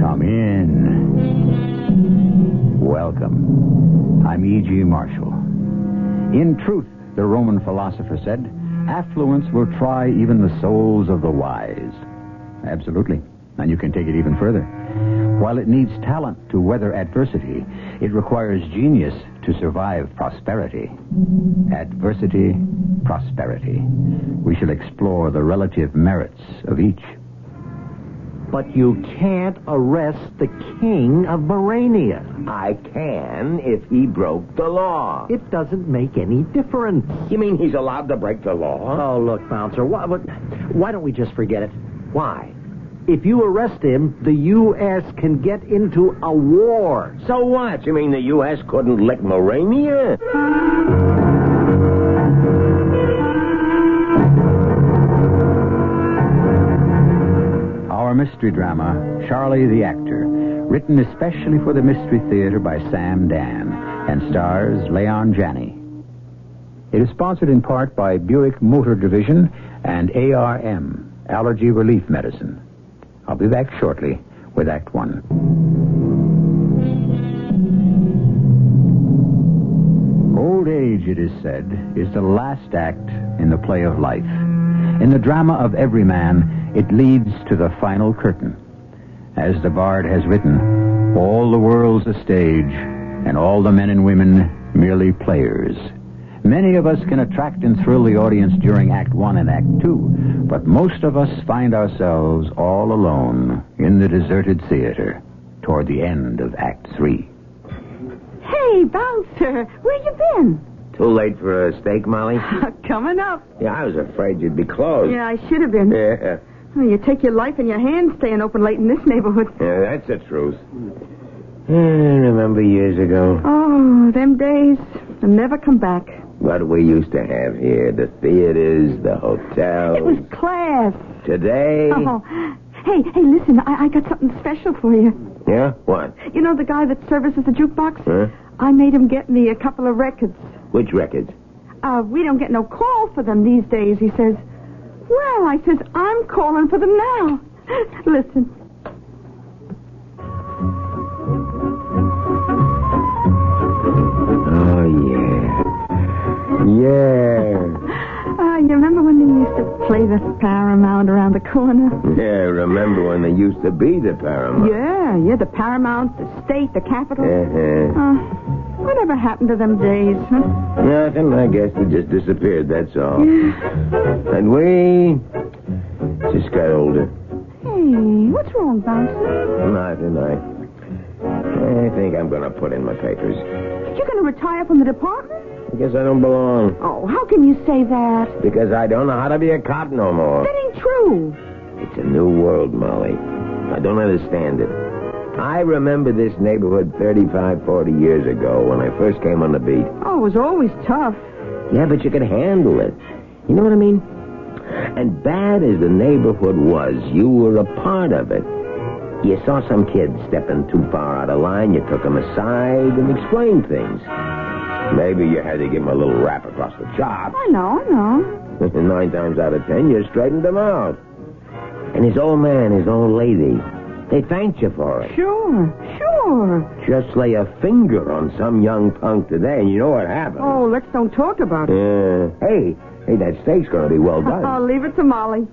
Come in. Welcome. I'm E.G. Marshall. In truth, the Roman philosopher said, affluence will try even the souls of the wise. Absolutely. And you can take it even further. While it needs talent to weather adversity, it requires genius to survive prosperity. Adversity, prosperity. We shall explore the relative merits of each. But you can't arrest the king of Barania. I can if he broke the law. It doesn't make any difference. You mean he's allowed to break the law? Oh, look, Bouncer, why, what, why don't we just forget it? Why? If you arrest him, the U.S. can get into a war. So what? You mean the U.S. couldn't lick Morania? Our mystery drama, Charlie the Actor, written especially for the Mystery Theater by Sam Dan and stars Leon Janney. It is sponsored in part by Buick Motor Division and ARM, Allergy Relief Medicine. I'll be back shortly with Act One. Old age, it is said, is the last act in the play of life. In the drama of every man, it leads to the final curtain. As the bard has written, all the world's a stage, and all the men and women merely players. Many of us can attract and thrill the audience during Act One and Act Two, but most of us find ourselves all alone in the deserted theater toward the end of Act Three. Hey, Bouncer, where you been? Too late for a steak, Molly? Coming up. Yeah, I was afraid you'd be closed. Yeah, I should have been. Yeah, Oh, you take your life in your hands staying open late in this neighborhood. yeah, that's the truth. I remember years ago Oh, them days. I'll never come back. what we used to have here the theaters, the hotels. It was class. Today. Oh. Hey, hey, listen, I, I got something special for you. Yeah? What? You know the guy that services the jukebox? Huh? I made him get me a couple of records. Which records? Uh, we don't get no call for them these days, he says. Well, I says, I'm calling for them now. Listen. Oh, yeah. Yeah. Ah, you remember when they used to play the Paramount around the corner? Yeah, remember when they used to be the Paramount? Yeah, yeah, the Paramount, the state, the capital. Uh-huh. Uh, whatever happened to them days, huh? Nothing, I guess. They just disappeared, that's all. And we just got older. Hey, what's wrong, Bouncer? Nothing, I. I think I'm going to put in my papers. You're going to retire from the department? I guess I don't belong. Oh, how can you say that? Because I don't know how to be a cop no more. That ain't true. It's a new world, Molly. I don't understand it. I remember this neighborhood 35, 40 years ago when I first came on the beat. Oh, it was always tough. Yeah, but you could handle it. You know what I mean? And bad as the neighborhood was, you were a part of it. You saw some kid stepping too far out of line, you took him aside and explained things. Maybe you had to give him a little rap across the chop. I know, I know. Nine times out of ten, you straightened him out. And his old man, his old lady, they thanked you for it. Sure, sure. Just lay a finger on some young punk today, and you know what happened. Oh, let's don't talk about it. Yeah. Hey, hey, that steak's gonna be well done. I'll leave it to Molly.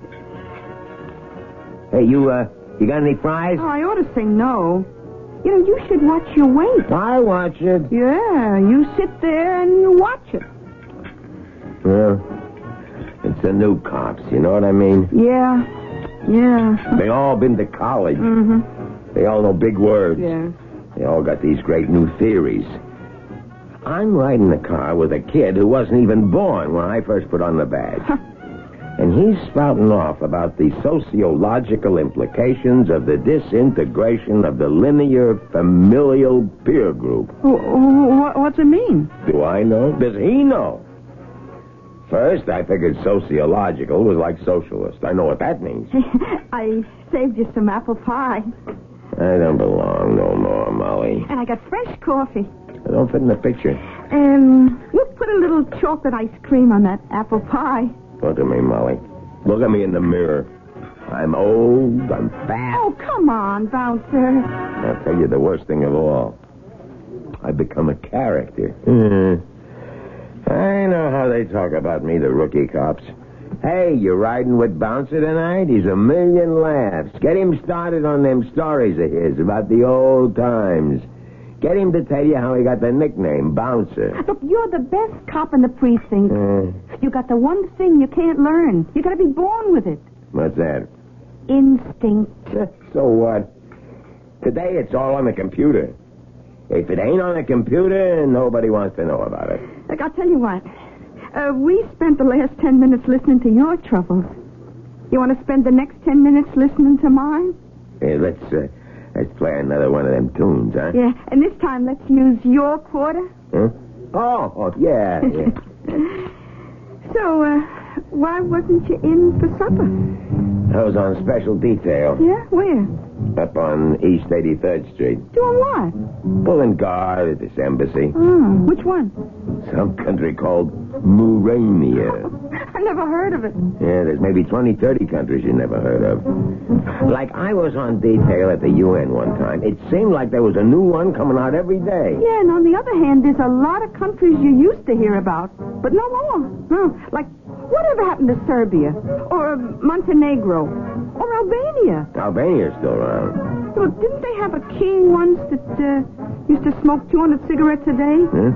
Hey, you, uh, you got any fries? Oh, I ought to say no. You know, you should watch your weight. I watch it. Yeah, you sit there and you watch it. Well, it's the new cops, you know what I mean? Yeah, yeah, They all been to college. hmm They all know big words. yeah. They all got these great new theories. I'm riding the car with a kid who wasn't even born when I first put on the badge. and he's spouting off about the sociological implications of the disintegration of the linear familial peer group. Wh- wh- wh- What's it mean? Do I know? Does he know? First, I figured sociological was like socialist. I know what that means. I saved you some apple pie. I don't belong no more, Molly. And I got fresh coffee. I don't fit in the picture. Um, we'll put a little chocolate ice cream on that apple pie. Look at me, Molly. Look at me in the mirror. I'm old, I'm fat. Oh, come on, Bouncer. I tell you the worst thing of all. I've become a character. Mhm. I know how they talk about me, the rookie cops. Hey, you riding with Bouncer tonight? He's a million laughs. Get him started on them stories of his about the old times. Get him to tell you how he got the nickname Bouncer. Look, you're the best cop in the precinct. Eh, You got the one thing you can't learn. You gotta be born with it. what's that? Instinct. Eh, So what? Today it's all on the computer. If it ain't on the computer, nobody wants to know about it. Look, I'll tell you what. Uh, we spent the last ten minutes listening to your troubles. You want to spend the next ten minutes listening to mine? Hey, let's uh, let's play another one of them tunes, huh? Yeah, and this time let's use your quarter. Huh? Oh, oh, yeah, yeah. So, uh, why wasn't you in for supper? I was on special detail Yeah, where? up on East 83rd Street, Doing what? pulling guard at this embassy. Oh, which one? Some country called Murania. I never heard of it. Yeah, there's maybe 20, 30 countries you never heard of. Like, I was on detail at the UN one time. It seemed like there was a new one coming out every day. Yeah, and on the other hand, there's a lot of countries you used to hear about, but no more. No, like, whatever happened to Serbia, or Montenegro, or Albania? Albania's still around. Well, didn't they have a king once that uh, used to smoke 200 cigarettes a day? Huh?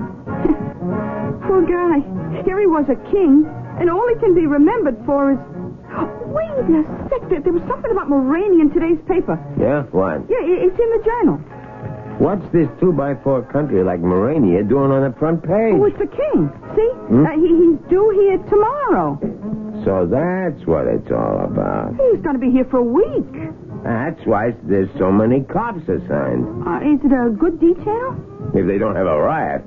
Poor guy. Here he was a king, and all he can be remembered for is. Wait a second. There was something about Mulroney in today's paper. Yeah? What? Yeah, i- it's in the journal. What's this two by four country like Morania doing on the front Oh, page? it's the king. See? Uh, he, he's due here tomorrow. So that's what it's all about. He's going to be here for a week. That's why there's so many cops assigned. Uh, is it a good detail? If they don't have a riot.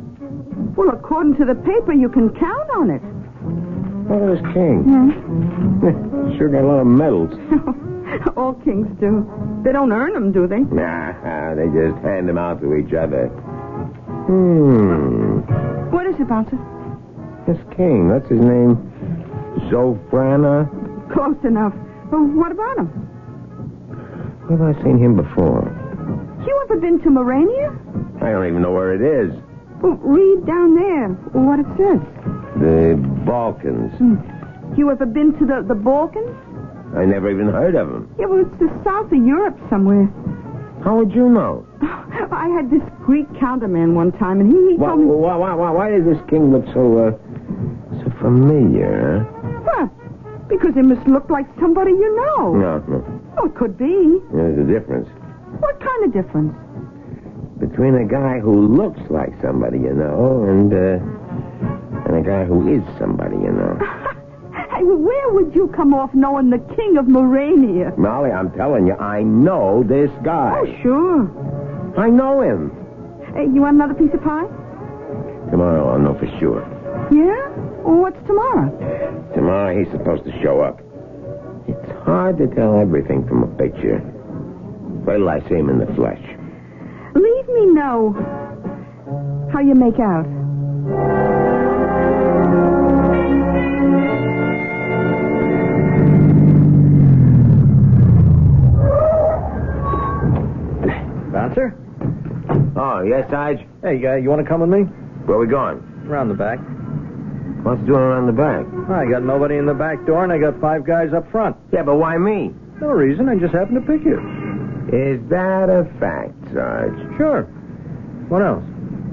Well, according to the paper, you can count on it. Look at Oh, this king. sure got a lot of medals. All kings do. They don't earn them, do they? Nah, they just hand them out to each other. Hmm. What is it, Bouncer? This king, what's his name? Zofrana? Close enough. Well, what about him? Where have I seen him before? You ever been to Morania? I don't even know where it is. Well, read down there what it says. The Balkans. You ever been to the, the Balkans? I never even heard of him. Yeah, well, it's the south of Europe somewhere. How would you know? I had this Greek counterman one time, and he, he Why, told me... why, why, why, why does this king look so, uh, so familiar? huh? What? Because it must look like somebody you know. No, no. Oh, it could be. There's a difference What kind of difference? between a guy who looks like somebody you know and, uh, and a guy who is somebody you know. Hey, well, where would you come off knowing the king of Morania? Molly, I'm telling you, I know this Oh, guy. sure. I know him. Hey, you want another piece of pie? Tomorrow I'll know for sure. Yeah? Well, what's tomorrow? Tomorrow he's supposed to show up. It's hard to tell everything from a picture. Wait till I see him in the flesh. Leave me know how you make out. Bouncer? Oh, yes, Sarge? Hey, uh, you want to come with me? Where we going? Around the back. What's doing around the back? I got nobody in the back door, and I got five guys up front. Yeah, but why me? No reason. I just happened to pick you. Is that a fact, Sarge? Sure. What else?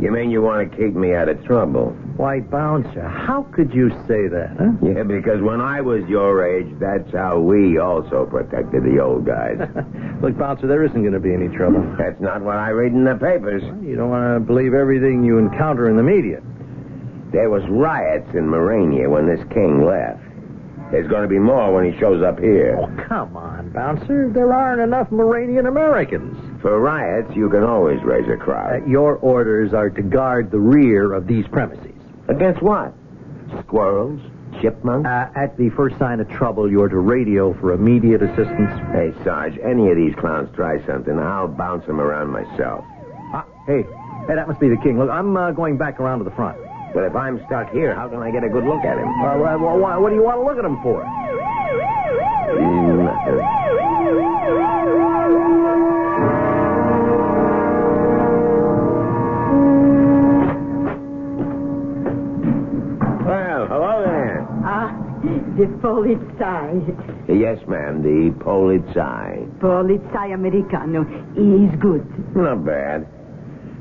You mean you want to keep me out of trouble? Why, Bouncer, how could you say that, huh? Yeah, because when I was your age, that's how we also protected the old guys. Look, Bouncer, there isn't going to be any trouble. that's not what I read in the papers. You don't want to believe everything you encounter in the media. There was riots in Morania when this king left. There's going to be more when he shows up here. Oh, come on, Bouncer. There aren't enough Moranian Americans. Uh, For riots, you can always raise a crowd. your orders are to guard the rear of these premises. Against what? Squirrels, chipmunk? Uh, at the first sign of trouble, you're to radio for immediate assistance. hey, Sarge, any of these clowns try something, I'll bounce them around myself. Ah, hey, hey, that must be the king. Look, I'm uh, going back around to the front. But if I'm stuck here, how can I get a good look at him? Uh, well, well, why, what do you want to look at him for? Nothing. Well, hello there. Ah, the Polizei. Yes, ma'am, the Polizei. Polizei Americano is good. Not bad.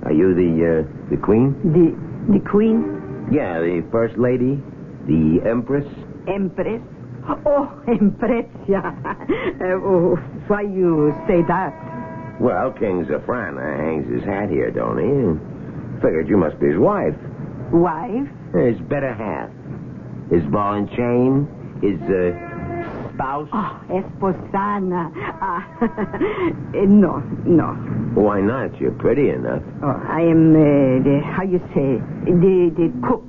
Are you the, uh, the queen? The the Queen Yeah, the first lady? The empress? Empress. Oh, Emprezia. Uh, oh, why you say that? Well, King Zafrana hangs his hat here, don't he? Figured you must be his wife. Wife? His better half. His ball and chain. His, uh, spouse. Oh, esposana. Ah, eh, no, no. Why not? You're pretty enough. Oh, I am uh, the how you say the the cook.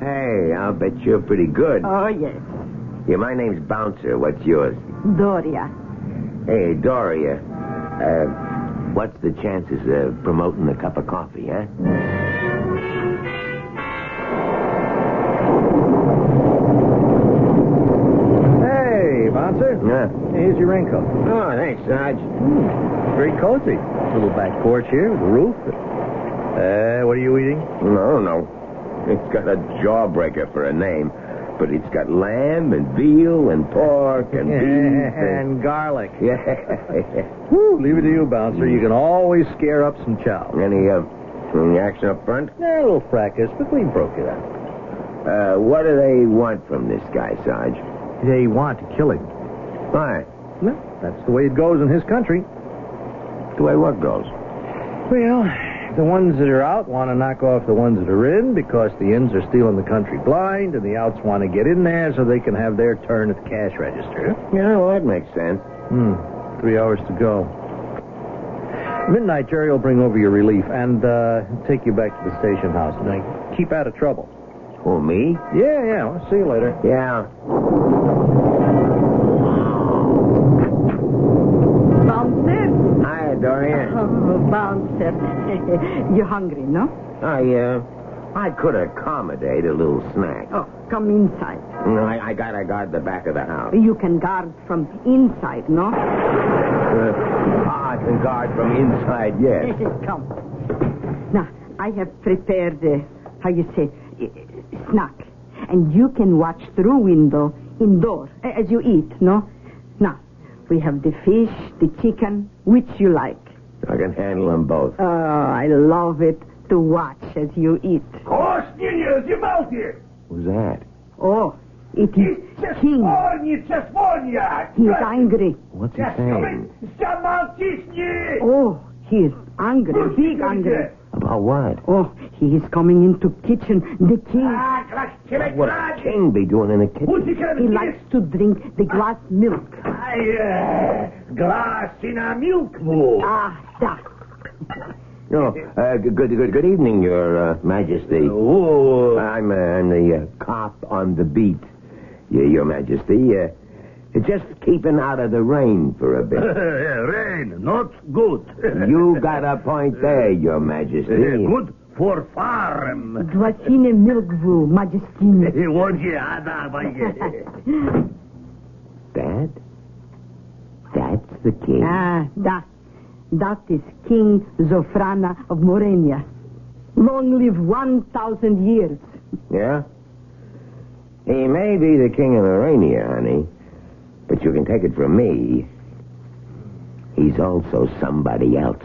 Hey, I'll bet you're pretty good. Oh yes, Yeah, my name's Bouncer. What's yours? Doria. Hey, Doria. Uh, what's the chances of promoting a cup of coffee, huh? Hey, bouncer. Yeah. Here's your raincoat. Oh, thanks, Sarge. Very Hmm. cozy. Little back porch here with a roof. Uh, what are you eating? No, no. It's got a jawbreaker for a name, but it's got lamb and veal and pork and beef and... and garlic. Yeah. Whew, leave it to you, bouncer. You can always scare up some chow. Any, uh, any action up front? Yeah, a little fracas, but we broke it up. Uh, what do they want from this guy, Sarge? They want to kill him. Why? No, that's the way it goes in his country. The way what goes? Well, the ones that are out want to knock off the ones that are in because the ins are stealing the country blind, and the outs want to get in there so they can have their turn at the cash register. Yeah, well, that makes sense. Hmm. Three hours to go. Midnight, Jerry will bring over your relief and uh, take you back to the station house. Now, keep out of trouble. Oh, me? Yeah, yeah. Well, see you later. Yeah. Bouncer. Hi, Dorian. Oh, bouncer. you hungry, no? I, uh, I could accommodate a little snack. Oh, come inside. You know, I, I gotta guard the back of the house. You can guard from inside, no? Uh, I can guard from inside, yes. come. Now, I have prepared, uh, how you say, uh, snack. And you can watch through window, indoor, a- as you eat, no? Now, we have the fish, the chicken, which you like. I can handle them both. Oh, I love it to watch as you eat. Who's that? Oh, it is King. He is angry. What's his name? Oh, he is angry, big angry. About what? Oh, he is coming into kitchen. The king, What would a king be doing in the kitchen? he likes to drink the glass milk. Ah, da. No, uh, good, good, good evening, Your uh, Majesty. Oh. I'm, uh, I'm the uh, cop on the beat, Your, your Majesty. Uh, just keeping out of the rain for a bit. Rain, not good. you got a point there, Your Majesty. good for farm. Glasine milk vous, majestine. That? That's the king. Ah, da. That is King Zofrana of Morenia. Long live 1,000 years. Yeah? He may be the king of Arania, honey, but you can take it from me. He's also somebody else.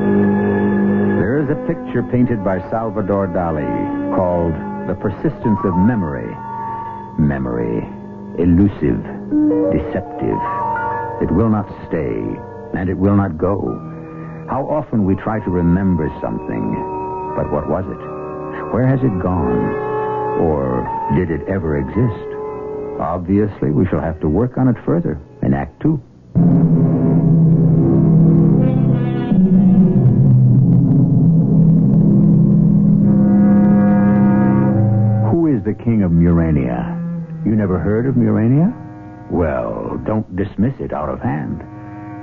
There is a picture painted by Salvador Dali called The Persistence of Memory. Memory, elusive, deceptive. It will not stay, and it will not go. How often we try to remember something, but what was it? Where has it gone? Or did it ever exist? Obviously, we shall have to work on it further in Act Two. King of Murania. You never heard of Murania? Well, don't dismiss it out of hand.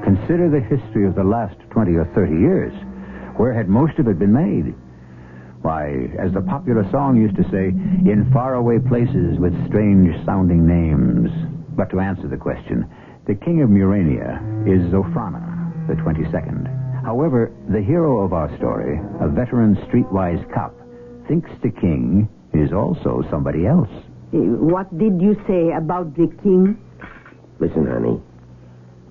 Consider the history of the last 20 or 30 years. Where had most of it been made? Why, as the popular song used to say, in faraway places with strange sounding names. But to answer the question, the king of Murania is Zofrana, the 22nd. However, the hero of our story, a veteran streetwise cop, thinks the king is also somebody else. Eh, What did you say about the king? Listen, honey.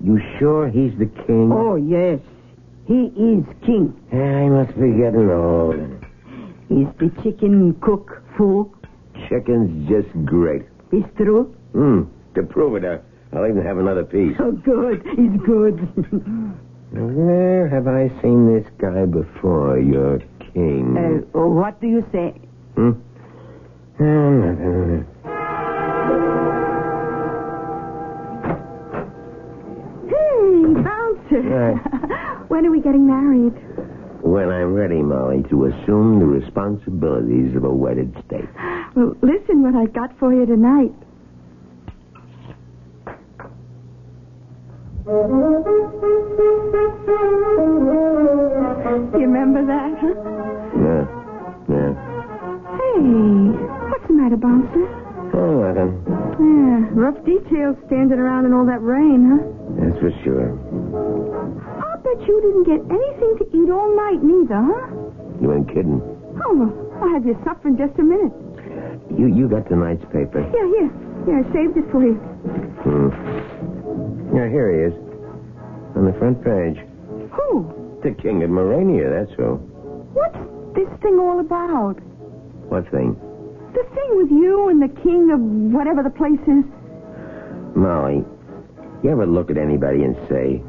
You sure he's the king? Oh, yes. He is king. I must be getting old. Is the chicken cook full? Chicken's just great. Is true? Mm. To prove it, uh, I'll even have another piece. So good. It's good. Where have I seen this guy before, your uh, king? what do you say? Hmm? Uh, nothing. Hey, bouncer. when are we getting married? When I'm ready, Molly, to assume the responsibilities of a wedded state. Well, listen what I got for you tonight. You remember that? Huh? Yeah. Yeah. Hey, what's the matter, bouncer? Oh, nothing. Yeah, rough details standing around in all that rain, That's for sure. huh? I'll bet you didn't get anything to eat all night, neither, huh? You ain't kidding. Oh, well, I'll have you suffer in just a minute. You you got tonight's paper. Here, here. Here, I saved it for you. Hmm. Yeah, here he is. On the front page. Who? The king of Morania, that's who. What's this thing all about? What thing? The thing with you and the king of whatever the place is. Molly, you ever look at anybody and say,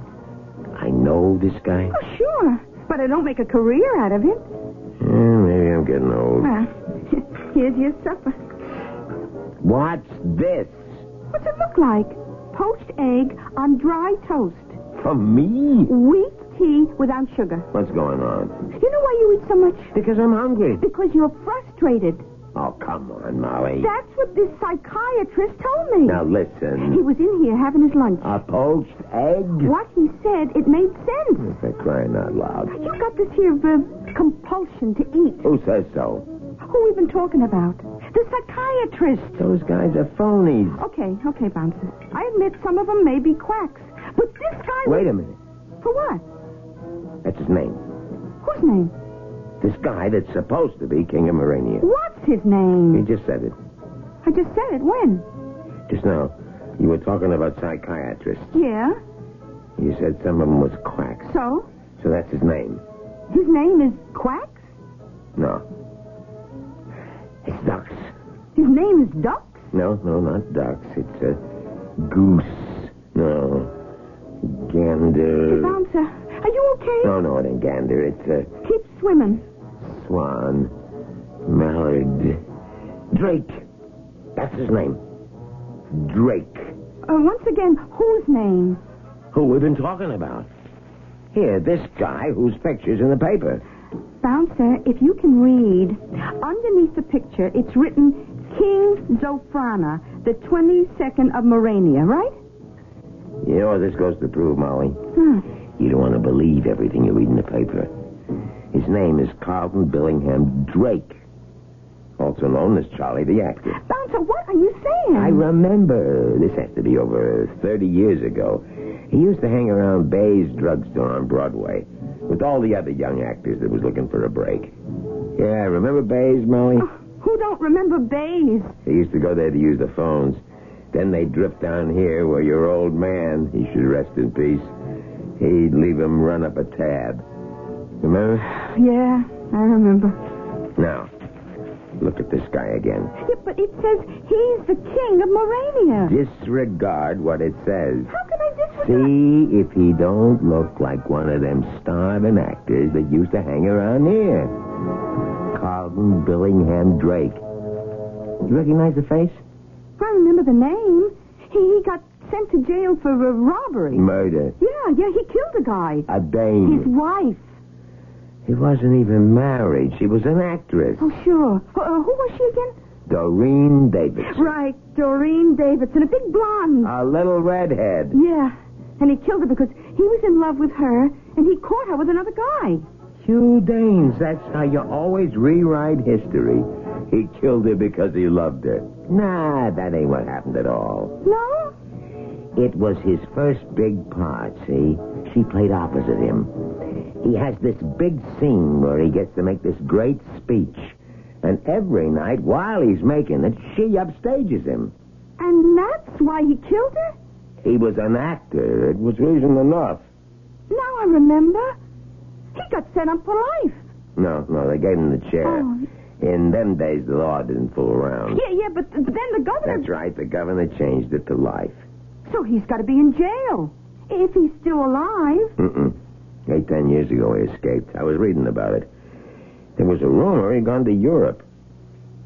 I know this guy? Oh, sure. But I don't make a career out of it. Yeah, Eh, maybe I'm getting old. Well, here's your supper. What's this? What's it look like? Poached egg on dry toast. For me? Weak tea without sugar. What's going on? You know why you eat so much? Because I'm hungry. Because you're frustrated. Oh, come on, Molly. That's what this psychiatrist told me. Now He listen. was in here having his lunch. A poached egg? What he said, it made sense. They're crying out loud. You got this here uh, compulsion to eat. Who says so? Who we been talking about? The psychiatrist. Those guys are phonies. Okay, okay, Bouncer. I admit some of them may be quacks. But this guy... Wait a minute. For what? That's his name. Whose name? This guy that's supposed to be King of Morania. What's his You name? just said it. I just said it. When? Just now, you were talking about psychiatrists. Yeah, You said some of them was quacks. so? So that's his name. His name is Quacks? No. It's ducks. His name is Ducks? No, no, not ducks. It's a goose. No. Hey, Gander. Bouncer, are you okay? No, no, it ain't gander. It's a Keep swimming. swan. Mallard. Drake. That's his name. Drake. Uh, once again, whose name? Who we've been talking about. Here, this guy whose picture's in the paper. Bouncer, if you can read, underneath the picture, it's written King Zofrana, the 22nd of Morania, right? You know what this goes to prove, Molly? Hmm. You don't want to believe everything you read in the paper. His name is Carlton Billingham Drake, also known as Charlie the Actor. Bouncer, what are you saying? I remember this has to be over 30 years ago. He used to hang around Bay's drugstore on Broadway with all the other young actors that was looking for a break. Yeah, remember Bay's, Molly? Oh, who don't remember Bays? They used to go there to use the phones. Then they drift down here where your old man, he should rest in peace, he'd leave 'em run up a tab. Remember? Yeah, I remember. Now, look at this guy again. Yeah, but it says he's the king of Morania. Disregard what it says. How can I disregard? See if he don't look like one of them starving actors that used to hang around here. Carlton Billingham Drake. You recognize the face? I remember the name. He, he got sent to jail for uh, Mm. robbery. Murder. Yeah, yeah, he killed a guy. A His Dane. wife. He wasn't even married. She was an actress. Oh, sure. Uh, who was she again? Doreen Davis. Right, Doreen Davidson, a big blonde. A little redhead. yeah. And he killed her because he was in love with her, and he caught her with another guy. Hugh Danes. That's how you always rewrite history. He killed her because he loved her. Nah, that ain't what happened at all. No? It was his first big part, see? She played opposite him. He has this big scene where he gets to make this great speech. And every night, while he's making it, she upstages him. And that's why he killed her? He was an actor. It was reason enough. Now I remember. He got sent up for life. No, no, they gave him the chair. Oh. In them days, the law didn't fool around. Yeah, yeah, but, but then the governor. That's right. The governor changed it to life. So he's got to be in jail. If he's still alive. Mm-mm. Eight, ten years ago, he escaped. I was reading about it. There was a rumor he'd gone to Europe.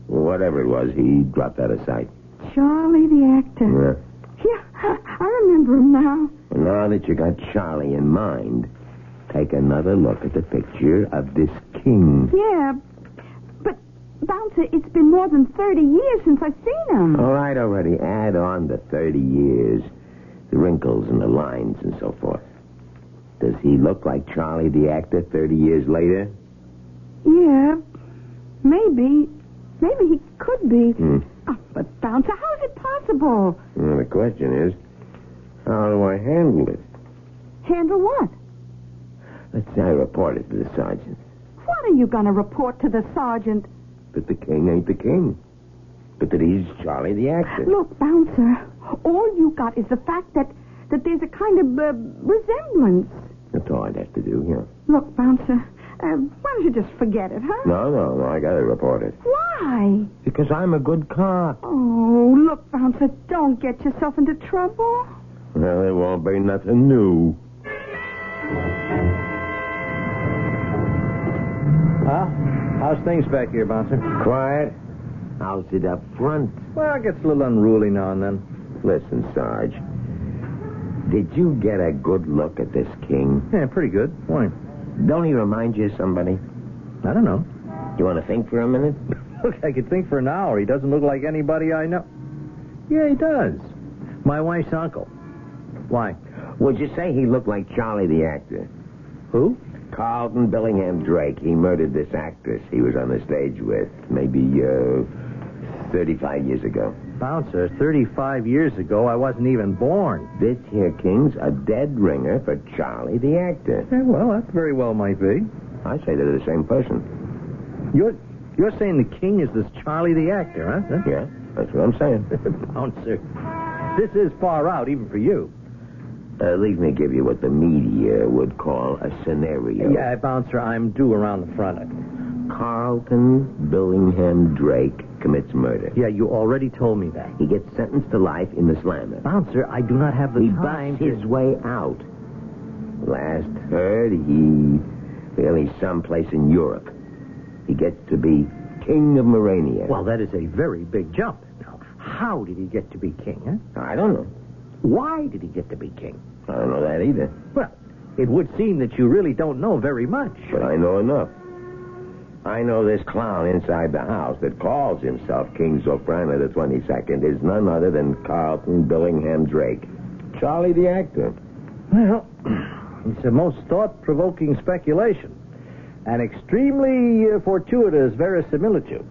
Whatever it was, he dropped out of sight. Charlie the actor. Yeah. Yeah, I remember him now. And now that you got Charlie in mind, take another look at the picture of this king. Yeah. But, Bouncer, it's been more than 30 years since I've seen him. All right, already. Add on the 30 years, the wrinkles and the lines and so forth. Does he look like Charlie the actor 30 years later? Yeah. Maybe. Maybe he could be. Hmm. Oh, but, Bouncer, how is it possible? Well, the question is, how do I handle it? Handle what? Let's say I report it to the sergeant. What are you going to report to the sergeant? But the king ain't the king. But that he's Charlie the actor. Look, Bouncer, all you got is the fact that, that there's a kind of uh, resemblance. That's all I'd have to do, yeah. Look, Bouncer, uh, why don't you just forget it, huh? No, no, no, I gotta report it. Why? Because I'm a good cop. Oh, look, Bouncer, don't get yourself into trouble. Well, it won't be nothing new. Huh? How's things back here, Bouncer? Quiet. How's it up front? Well, it gets a little unruly now and then. Listen, Sarge. Did you get a good look at this king? Yeah, pretty good. Why? Don't he remind you of somebody? I don't know. You want to think for a minute? Look, I could think for an hour. He doesn't look like anybody I know. Yeah, he does. My wife's uncle. Why? Would you say he looked like Charlie the actor? Who? Carlton Billingham Drake. He murdered this actress he was on the stage with maybe uh, 35 years ago. Bouncer, 35 years ago, I wasn't even born. This here King's a dead ringer for Charlie the actor. Yeah, well, that very well might be. I say they're the same person. You're, you're saying the king is this Charlie the actor, huh? Yeah, that's what I'm saying. Bouncer, this is far out, even for you. Uh, leave me give you what the media would call a scenario. Yeah, Bouncer, I'm due around the front. Carlton Billingham Drake commits murder. Yeah, you already told me that. He gets sentenced to life in the slammer. Bouncer, I do not have the He time. busts his way out. Last heard, he really someplace in Europe. He gets to be king of Morania. Well, that is a very big jump. Now, how did he get to be king, huh? I don't know. Why did he get to be king? I don't know that either, Well, it would seem that you really don't know very much. but I know enough. I know this clown inside the house that calls himself King Soprano the 22nd is none other than Carlton Billingham Drake. Charlie the actor. Well, it's a most thought-provoking speculation. An extremely uh, fortuitous verisimilitude.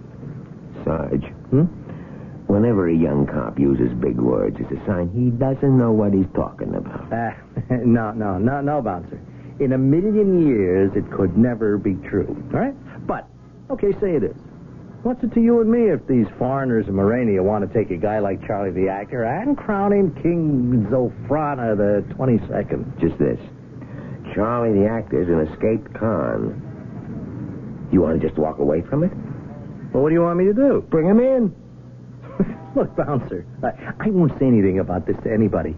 Sarge. Hmm? Whenever a young cop uses big words, it's a sign he doesn't know what he's talking about. Ah, no, no, no, no, Bouncer. In a million years, it could never be true. All right? But, okay, say it is. What's it to you and me if these foreigners in Morania want to take a guy like Charlie the actor and crown him King Zofrana the 22nd? Just this. Charlie the actor's an escaped con. You want to just walk away from it? Well, what do you want me to do? Bring him in. Look, Bouncer, I, I won't say anything about this to anybody,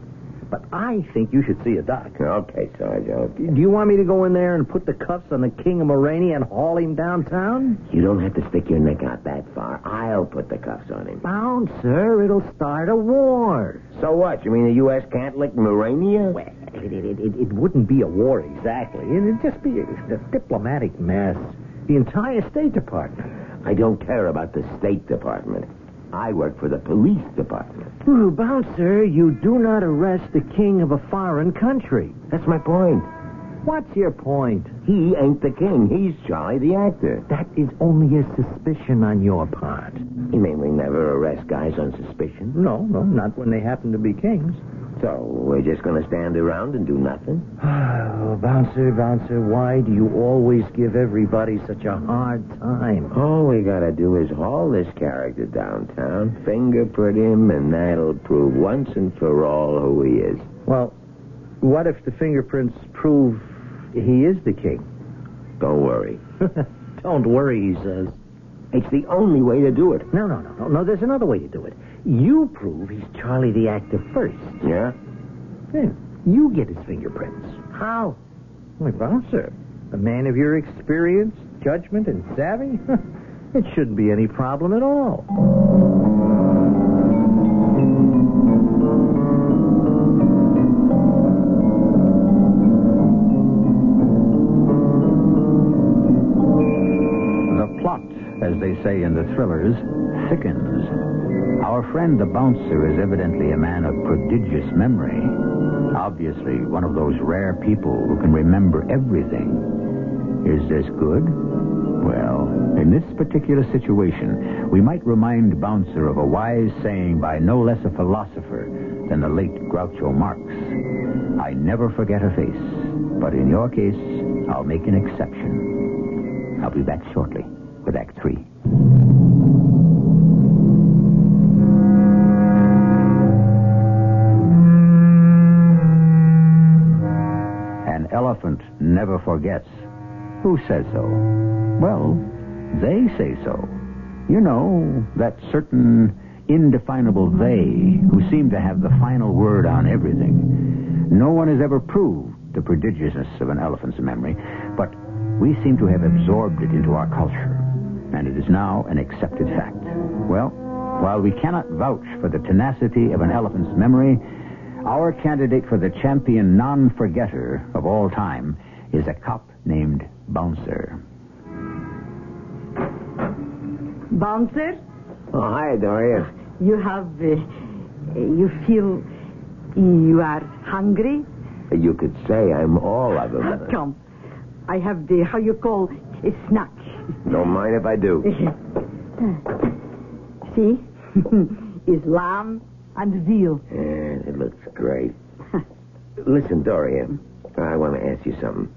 but I think you should see a doc. Okay, Sarge. okay. Do you want me to go in there and put the cuffs on the King of Morania and haul him downtown? You don't have to stick your neck out that far. I'll put the cuffs on him. Bouncer, it'll start a war. So what? You mean the U.S. can't lick Morania? Well, it, it, it, it wouldn't be a war exactly. It'd just be a, a diplomatic mess. The entire State Department. I don't care about the State Department. I work for the police department. Ooh, bouncer, you do not arrest the king of a foreign country. That's my point. What's your point? He ain't the king. He's Charlie the actor. That is only a suspicion on your part. You mean we never arrest guys on suspicion? No, no, not when they happen to be kings. So we're just going to stand around and do nothing? Oh, bouncer, bouncer, why do you always give everybody such a hard time? All we got to do is haul this character downtown, fingerprint him, and that'll prove once and for all who he is. Well, what if the fingerprints prove he is the king? Don't worry. Don't worry, he says. It's the only way to do it. No, no, no, no, no, there's another way to do it. You prove he's Charlie the actor first. Yeah? Then you get his fingerprints. How? My bouncer, a man of your experience, judgment, and savvy? it shouldn't be any problem at all. The plot, as they say in the thrillers, thickens. Our friend the bouncer is evidently a man of prodigious memory. Obviously, one of those rare people who can remember everything. Is this good? Well, in this particular situation, we might remind Bouncer of a wise saying by no less a philosopher than the late Groucho Marx I never forget a face, but in your case, I'll make an exception. I'll be back shortly with Act Three. An elephant never forgets. Who says so? Well, they say so. You know, that certain indefinable they who seem to have the final word on everything. No one has ever proved the prodigiousness of an elephant's memory, but we seem to have absorbed it into our culture, and it is now an accepted fact. Well, while we cannot vouch for the tenacity of an elephant's memory, our candidate for the champion non forgetter of all time is a cop named Bouncer. Bouncer, Oh, hi, Doria. you have. Uh, you feel. You are hungry? You could say I'm all of them. Come. I have the. How you call. A snack. Don't mind if I do. See? Is lamb and veal. Yeah, it looks great. Listen, Doria, I want to ask you something.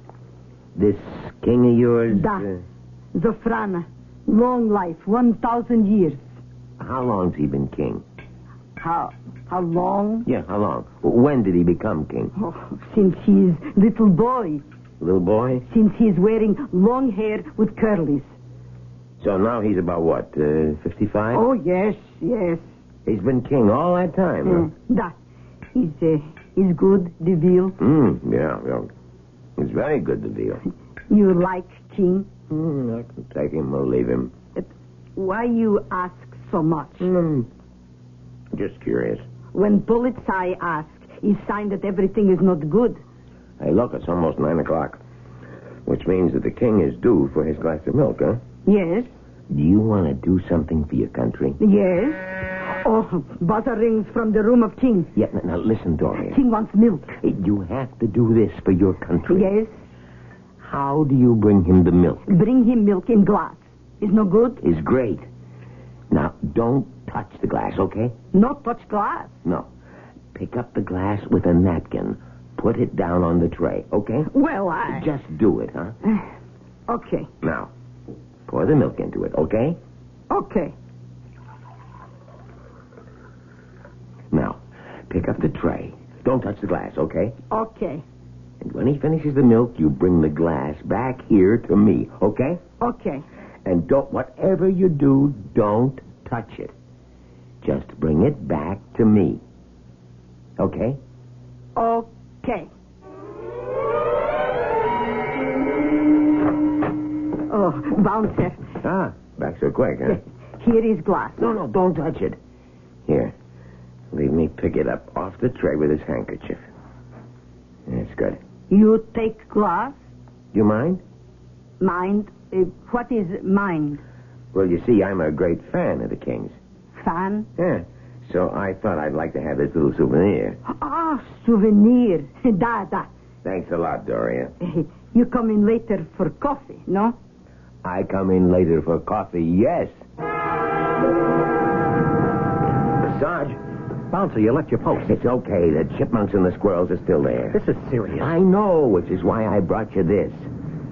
This king of yours, Da. uh, Zofrana. Long life. 1,000 years. how long's he been king? How. How long? Yeah, how long? When did he become king? Oh, since he's little boy, Little boy? since he's wearing long hair with curlies. So now he's about what, uh, 55? Oh yes, yes. He's been king all that time. That is uh, is good. The veal. huh? Mm, yeah, yeah. It's very good, the deal. You like king? Mm, I can take him or leave him. Why you ask so much? Hmm. Just curious. When Polizei ask, is sign that everything is not good. Hey, look, it's almost 9 o'clock, which means that the king is due for his glass of milk, huh? Yes, Do you want to do something for your country? yes. Oh, buzzer rings from the room of king. Yeah, now, now listen, Doria. King wants milk. You have to do this for your country. Yes, How do you bring him the milk? bring him milk in glass. Is no good. Is great. Now, don't touch the glass, okay? Not touch glass. No. Pick up the glass with a napkin. Put it down on the tray, okay? Well, I. Just do it, huh? Okay, Now, pour the milk into it, okay? okay. Now, pick up the tray. Don't touch the glass, okay? Okay. And when he finishes the milk, you bring the glass back here to me, okay? Okay. And don't, whatever you do, don't touch it. Just bring it back to me. Okay? Okay. Oh, bouncer. Ah, back so quick, huh? Here is glass. No, no, don't touch it. Here. Leave me pick it up off the tray with his handkerchief. That's good. You take glass. You mind? Mind. Uh, what is mind? Well, you see, I'm a great fan of the king's. fan? Yeah. So I thought I'd like to have this little souvenir. Ah, souvenir. Da, da. Thanks a lot, Doria. You come in later for coffee, no? I come in later for coffee, yes. Sarge, Bouncer, you left your post. it's okay. The chipmunks and the squirrels are still there. This is serious. I know, which is why I brought you this.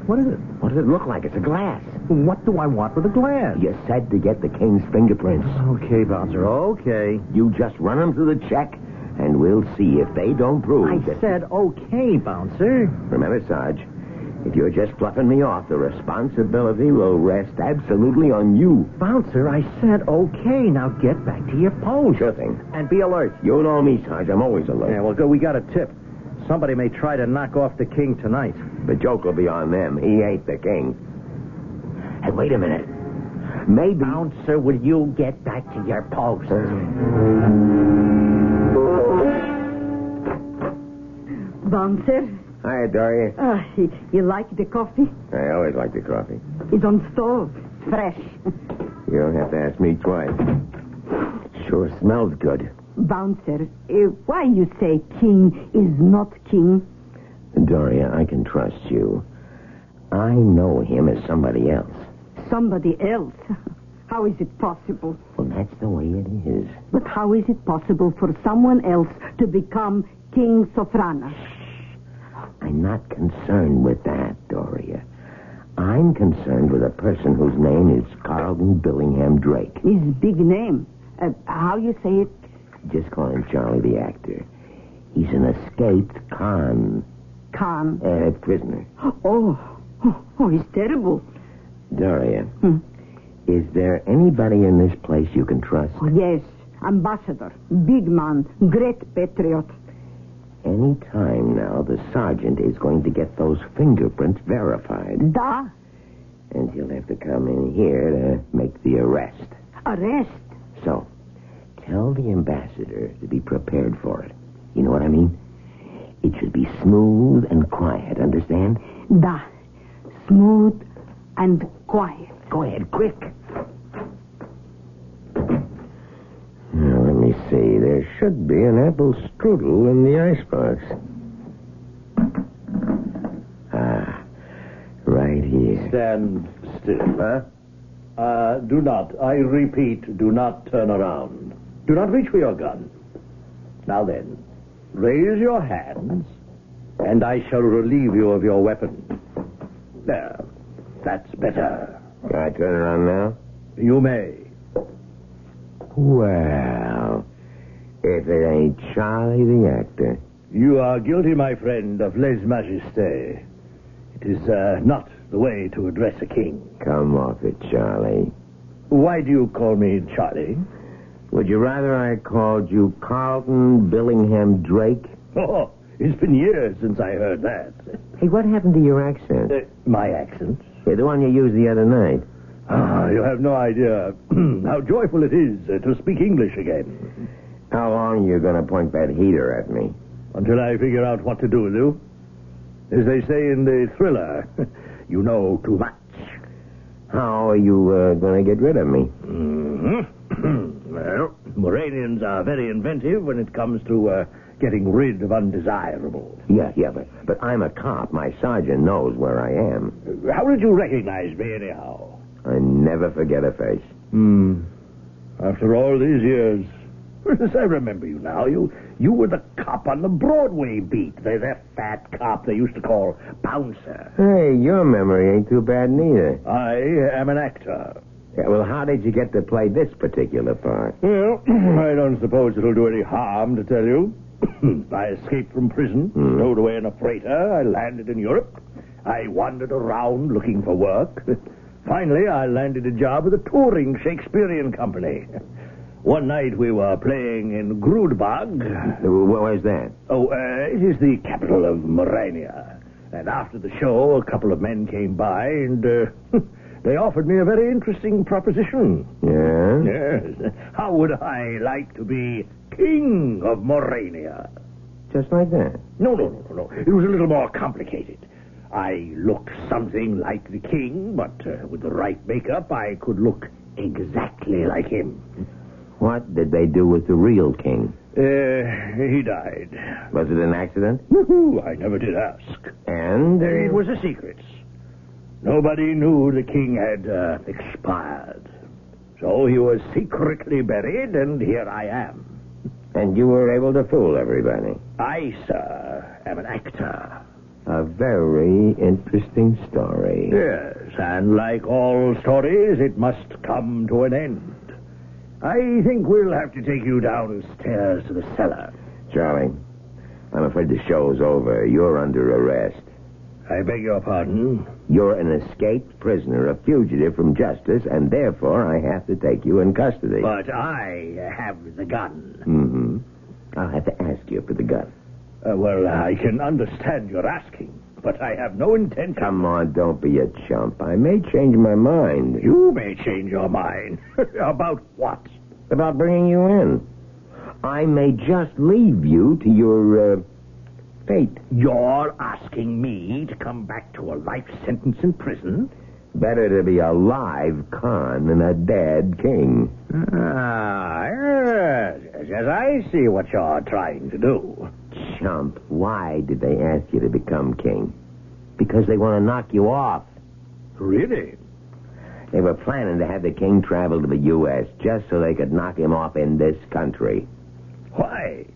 What is it? What does it look like? It's a glass. What do I want with a glass? You said to get the king's fingerprints. Okay, Bouncer, okay. You just run them through the check, and we'll see if they don't prove I that- said okay, Bouncer. Remember, Sarge, if you're just fluffing me off, the responsibility will rest absolutely on you. Bouncer, I said okay. Now get back to your post. Sure thing. And be alert. You know me, Sarge. I'm always alert. Yeah, well, good. We got a tip. Somebody may try to knock off the king tonight. The joke will be on them. He ain't the king. Hey, wait a minute. Maybe. Bouncer, will you get back to your post? Bouncer. Hi, Doria. Ah, you, you like the coffee? I always like the coffee. It's on stove. Fresh. You don't have to ask me twice. Sure smells good. Bouncer, eh, why you say king is not king? Doria, I can trust you. I know him as somebody else. Somebody else. How is it possible? Well, that's the way it is. But how is it possible for someone else to become King Sofrana? I'm not concerned with that, Doria. I'm concerned with a person whose name is Carlton Billingham Drake. His big name. Uh, how you say it? Just call him Charlie the actor. He's an escaped con, Khan. uh, prisoner. Oh, oh, oh, it's terrible. Doria, is there anybody in this place you can trust? Oh, yes, ambassador, big man, great patriot. Any time now, the sergeant is going to get those fingerprints verified, Da, and he'll have to come in here to make the arrest. arrest. So, tell the ambassador to be prepared for it. You know what I mean? It should be smooth and quiet, understand? Da, smooth and quiet. Go ahead, quick. Now, let me see. There should be an apple strudel in the icebox. Ah, right here. Stand still. Huh? Uh, do not, I repeat, do not turn around. Do not reach for your gun. Now then, raise your hands, and I shall relieve you of your weapon. There. That's better. Can I turn around now? You may. Well, if it ain't Charlie the actor. You are guilty, my friend, of lèse majesté. It is uh, not the way to address a king. Come off it, Charlie. Why do you call me Charlie? Would you rather I called you Carlton Billingham Drake? Oh, it's been years since I heard that. Hey, what happened to your accent? Uh, my accent? Yeah, the one you used the other night. Ah, you have no idea how joyful it is uh, to speak English again. How long you going to point that heater at me? Until I figure out what to do with you. As they say in the thriller, you know too much. How are you uh, going to get rid of me? Mhm. well, Moranians are very inventive when it comes to uh, getting rid of undesirables. Yeah, yeah, but, but I'm a cop. My sergeant knows where I am. Uh, How did you recognize me, anyhow? I never forget a face. Hmm. After all these years. Yes, I remember you now. You you were the cop on the Broadway beat. They, that fat cop they used to call Bouncer. Hey, your memory ain't too bad neither. I am an actor. Yeah, well, how did you get to play this particular part? Well, I don't suppose it'll do any harm to tell you. I escaped from prison, Hmm. stowed away in a freighter. I landed in Europe. I wandered around looking for work. Finally, I landed a job with a touring Shakespearean company. One night we were playing in Grudbag, Wh- Where's that? Oh, uh, it is the capital of Morania. And after the show, a couple of men came by and uh, they offered me a very interesting proposition. Yeah? Yes. How would I like to be king of Morania? Just like that. No, no, no, no, no. It was a little more complicated. I looked something like the king, but uh, with the right makeup, I could look exactly like him. What did they do with the real king? Uh, he died. Was it an accident? Woohoo! I never did ask. And uh, It was a secret. Nobody knew the king had uh, expired. So he was secretly buried, and here I am. and you were able to fool everybody. I, sir, am an actor. A very interesting story. Yes, and like all stories, it must come to an end. I think we'll have to take you downstairs to the cellar. Charlie, I'm afraid the show's over. You're under arrest. I beg your pardon. You're an escaped prisoner, a fugitive from justice, and therefore I have to take you in custody. But I have the gun. Mm-hmm. I'll have to ask you for the gun. Uh, well, I can understand your asking, but I have no intention. Come on, don't be a chump. I may change my mind. You may change your mind. About what? About bringing you in. I may just leave you to your, uh, fate. You're asking me to come back to a life sentence in prison? Better to be a live con than a dead king. Ah, yes, yes, I see what you're trying to do. Chump, why did they ask you to become king? Because they want to knock you off. Really? They were planning to have the king travel to the U.S. just so they could knock him off in this country. Why?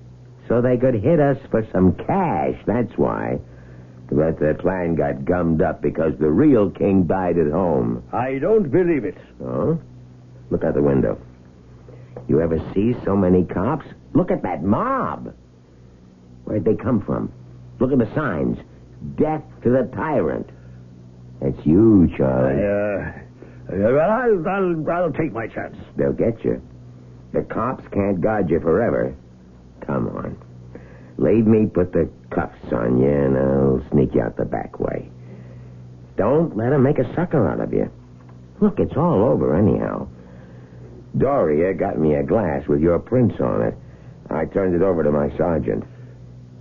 So they could hit us for some cash, that's why. But their plan got gummed up because the real king died at home. I don't believe it. Oh? Look out the window. You ever see so many cops? Look at that mob. Where'd they come from? Look at the signs. Death to the tyrant. That's you, I, Charlie. uh, well, I'll, I'll, I'll take my chance. They'll get you. The cops can't guard you forever. Come on. Leave me put the cuffs on you, and I'll sneak you out the back way. Don't let 'em make a sucker out of you. Look, it's all over anyhow. Doria got me a glass with your prints on it. I turned it over to my sergeant.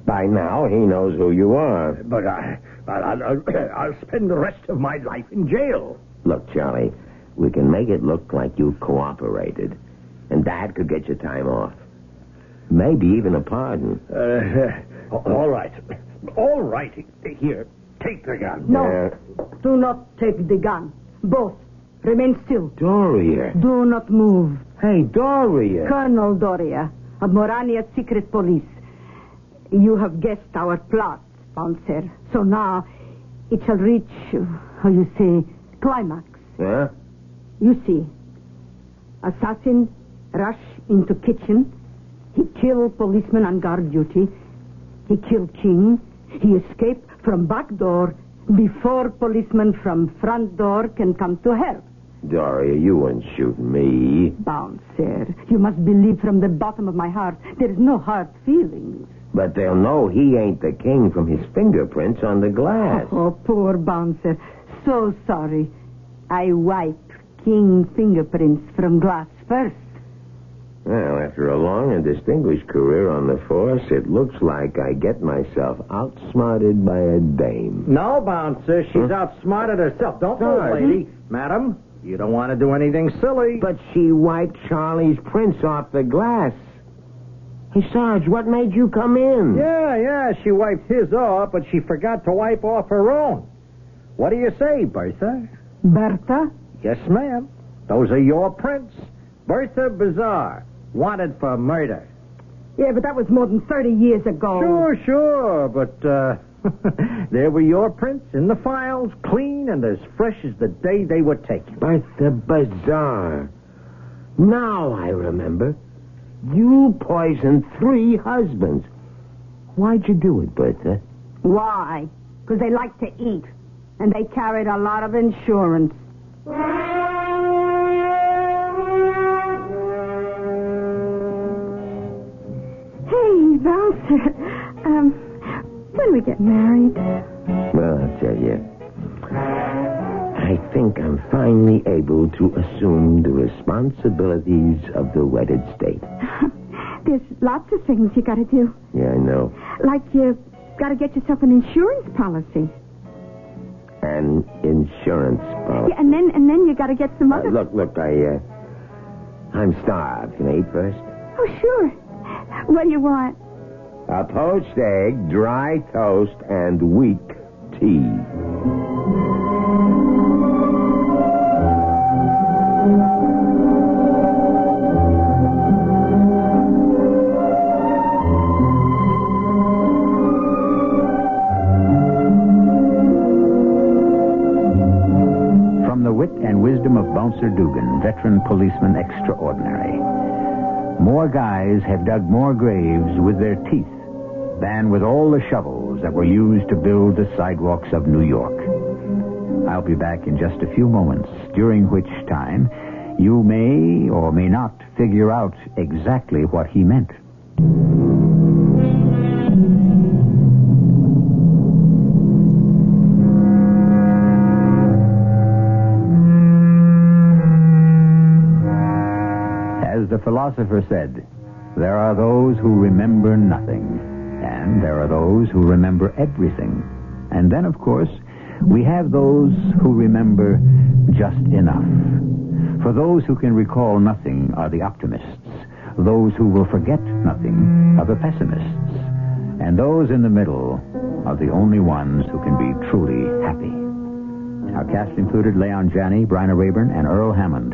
By now, he knows who you are. But I, I'll, I'll, I'll spend the rest of my life in jail. Look, Charlie, we can make it look like you cooperated, and that could get you time off. Maybe even a pardon. Uh, all right. All right. Here, take the gun. No. Uh, Do not take the gun. Both. Remain still. Doria. Do not move. Hey, Doria. Colonel Doria of Morania Secret Police. You have guessed our plot, Bouncer. So now it shall reach, uh, how you say, climax. Huh? You see, assassin rush into kitchen. He kill policeman on guard duty. He kill king. He escape from back door before policeman from front door can come to help. Doria, you wouldn't shoot me. Bouncer, you must believe from the bottom of my heart there is no hard feelings. But they'll know he ain't the king from his fingerprints on the glass. Oh, poor Bouncer. So sorry. I wipe king fingerprints from glass first. Well, after a long and distinguished career on the force, it looks like I get myself outsmarted by a dame. No, bouncer. She's outsmarted herself. Don't Sorry. move, lady. Madam, you don't want to do anything silly. But she wiped Charlie's prints off the glass. Hey, Sarge, what made you come in? Yeah, yeah, she wiped his off, but she forgot to wipe off her own. What do you say, Bertha? Bertha? Yes, ma'am. Those are your prints. Bertha Bazaar, wanted for murder. Yeah, but that was more than 30 years ago. Sure, sure, but uh, there were your prints in the files, clean and as fresh as the day they were taken. Bertha Bazaar. Now I remember. You poisoned three husbands. Why'd you do it, Bertha? Why? Because they like to eat. And they carried a lot of insurance. Hey, Bouncer. Um, when we get married? Well, I'll tell you. I think I'm finally able to assume the responsibilities of the wedded state. There's lots of things you gotta do. Yeah, I know. Like you gotta get yourself an insurance policy. An insurance Yeah, policy. and then and then you gotta get some Uh, other look, look, I, uh, I'm starved. Can I eat first? Oh, sure. What do you want? A poached egg, dry toast, and weak tea. From the wit and wisdom of Bouncer Dugan, veteran policeman extraordinary. More guys have dug more graves with their teeth than with all the shovels that were used to build the sidewalks of New York. I'll be back in just a few moments, during which time you may or may not figure out exactly what he meant. As the philosopher said, there are those who remember nothing, and there are those who remember everything. And then, of course, we have those who remember just enough. For those who can recall nothing are the optimists. Those who will forget nothing are the pessimists. And those in the middle are the only ones who can be truly happy. Our cast included Leon Janney, Bryna Rayburn, and Earl Hammond.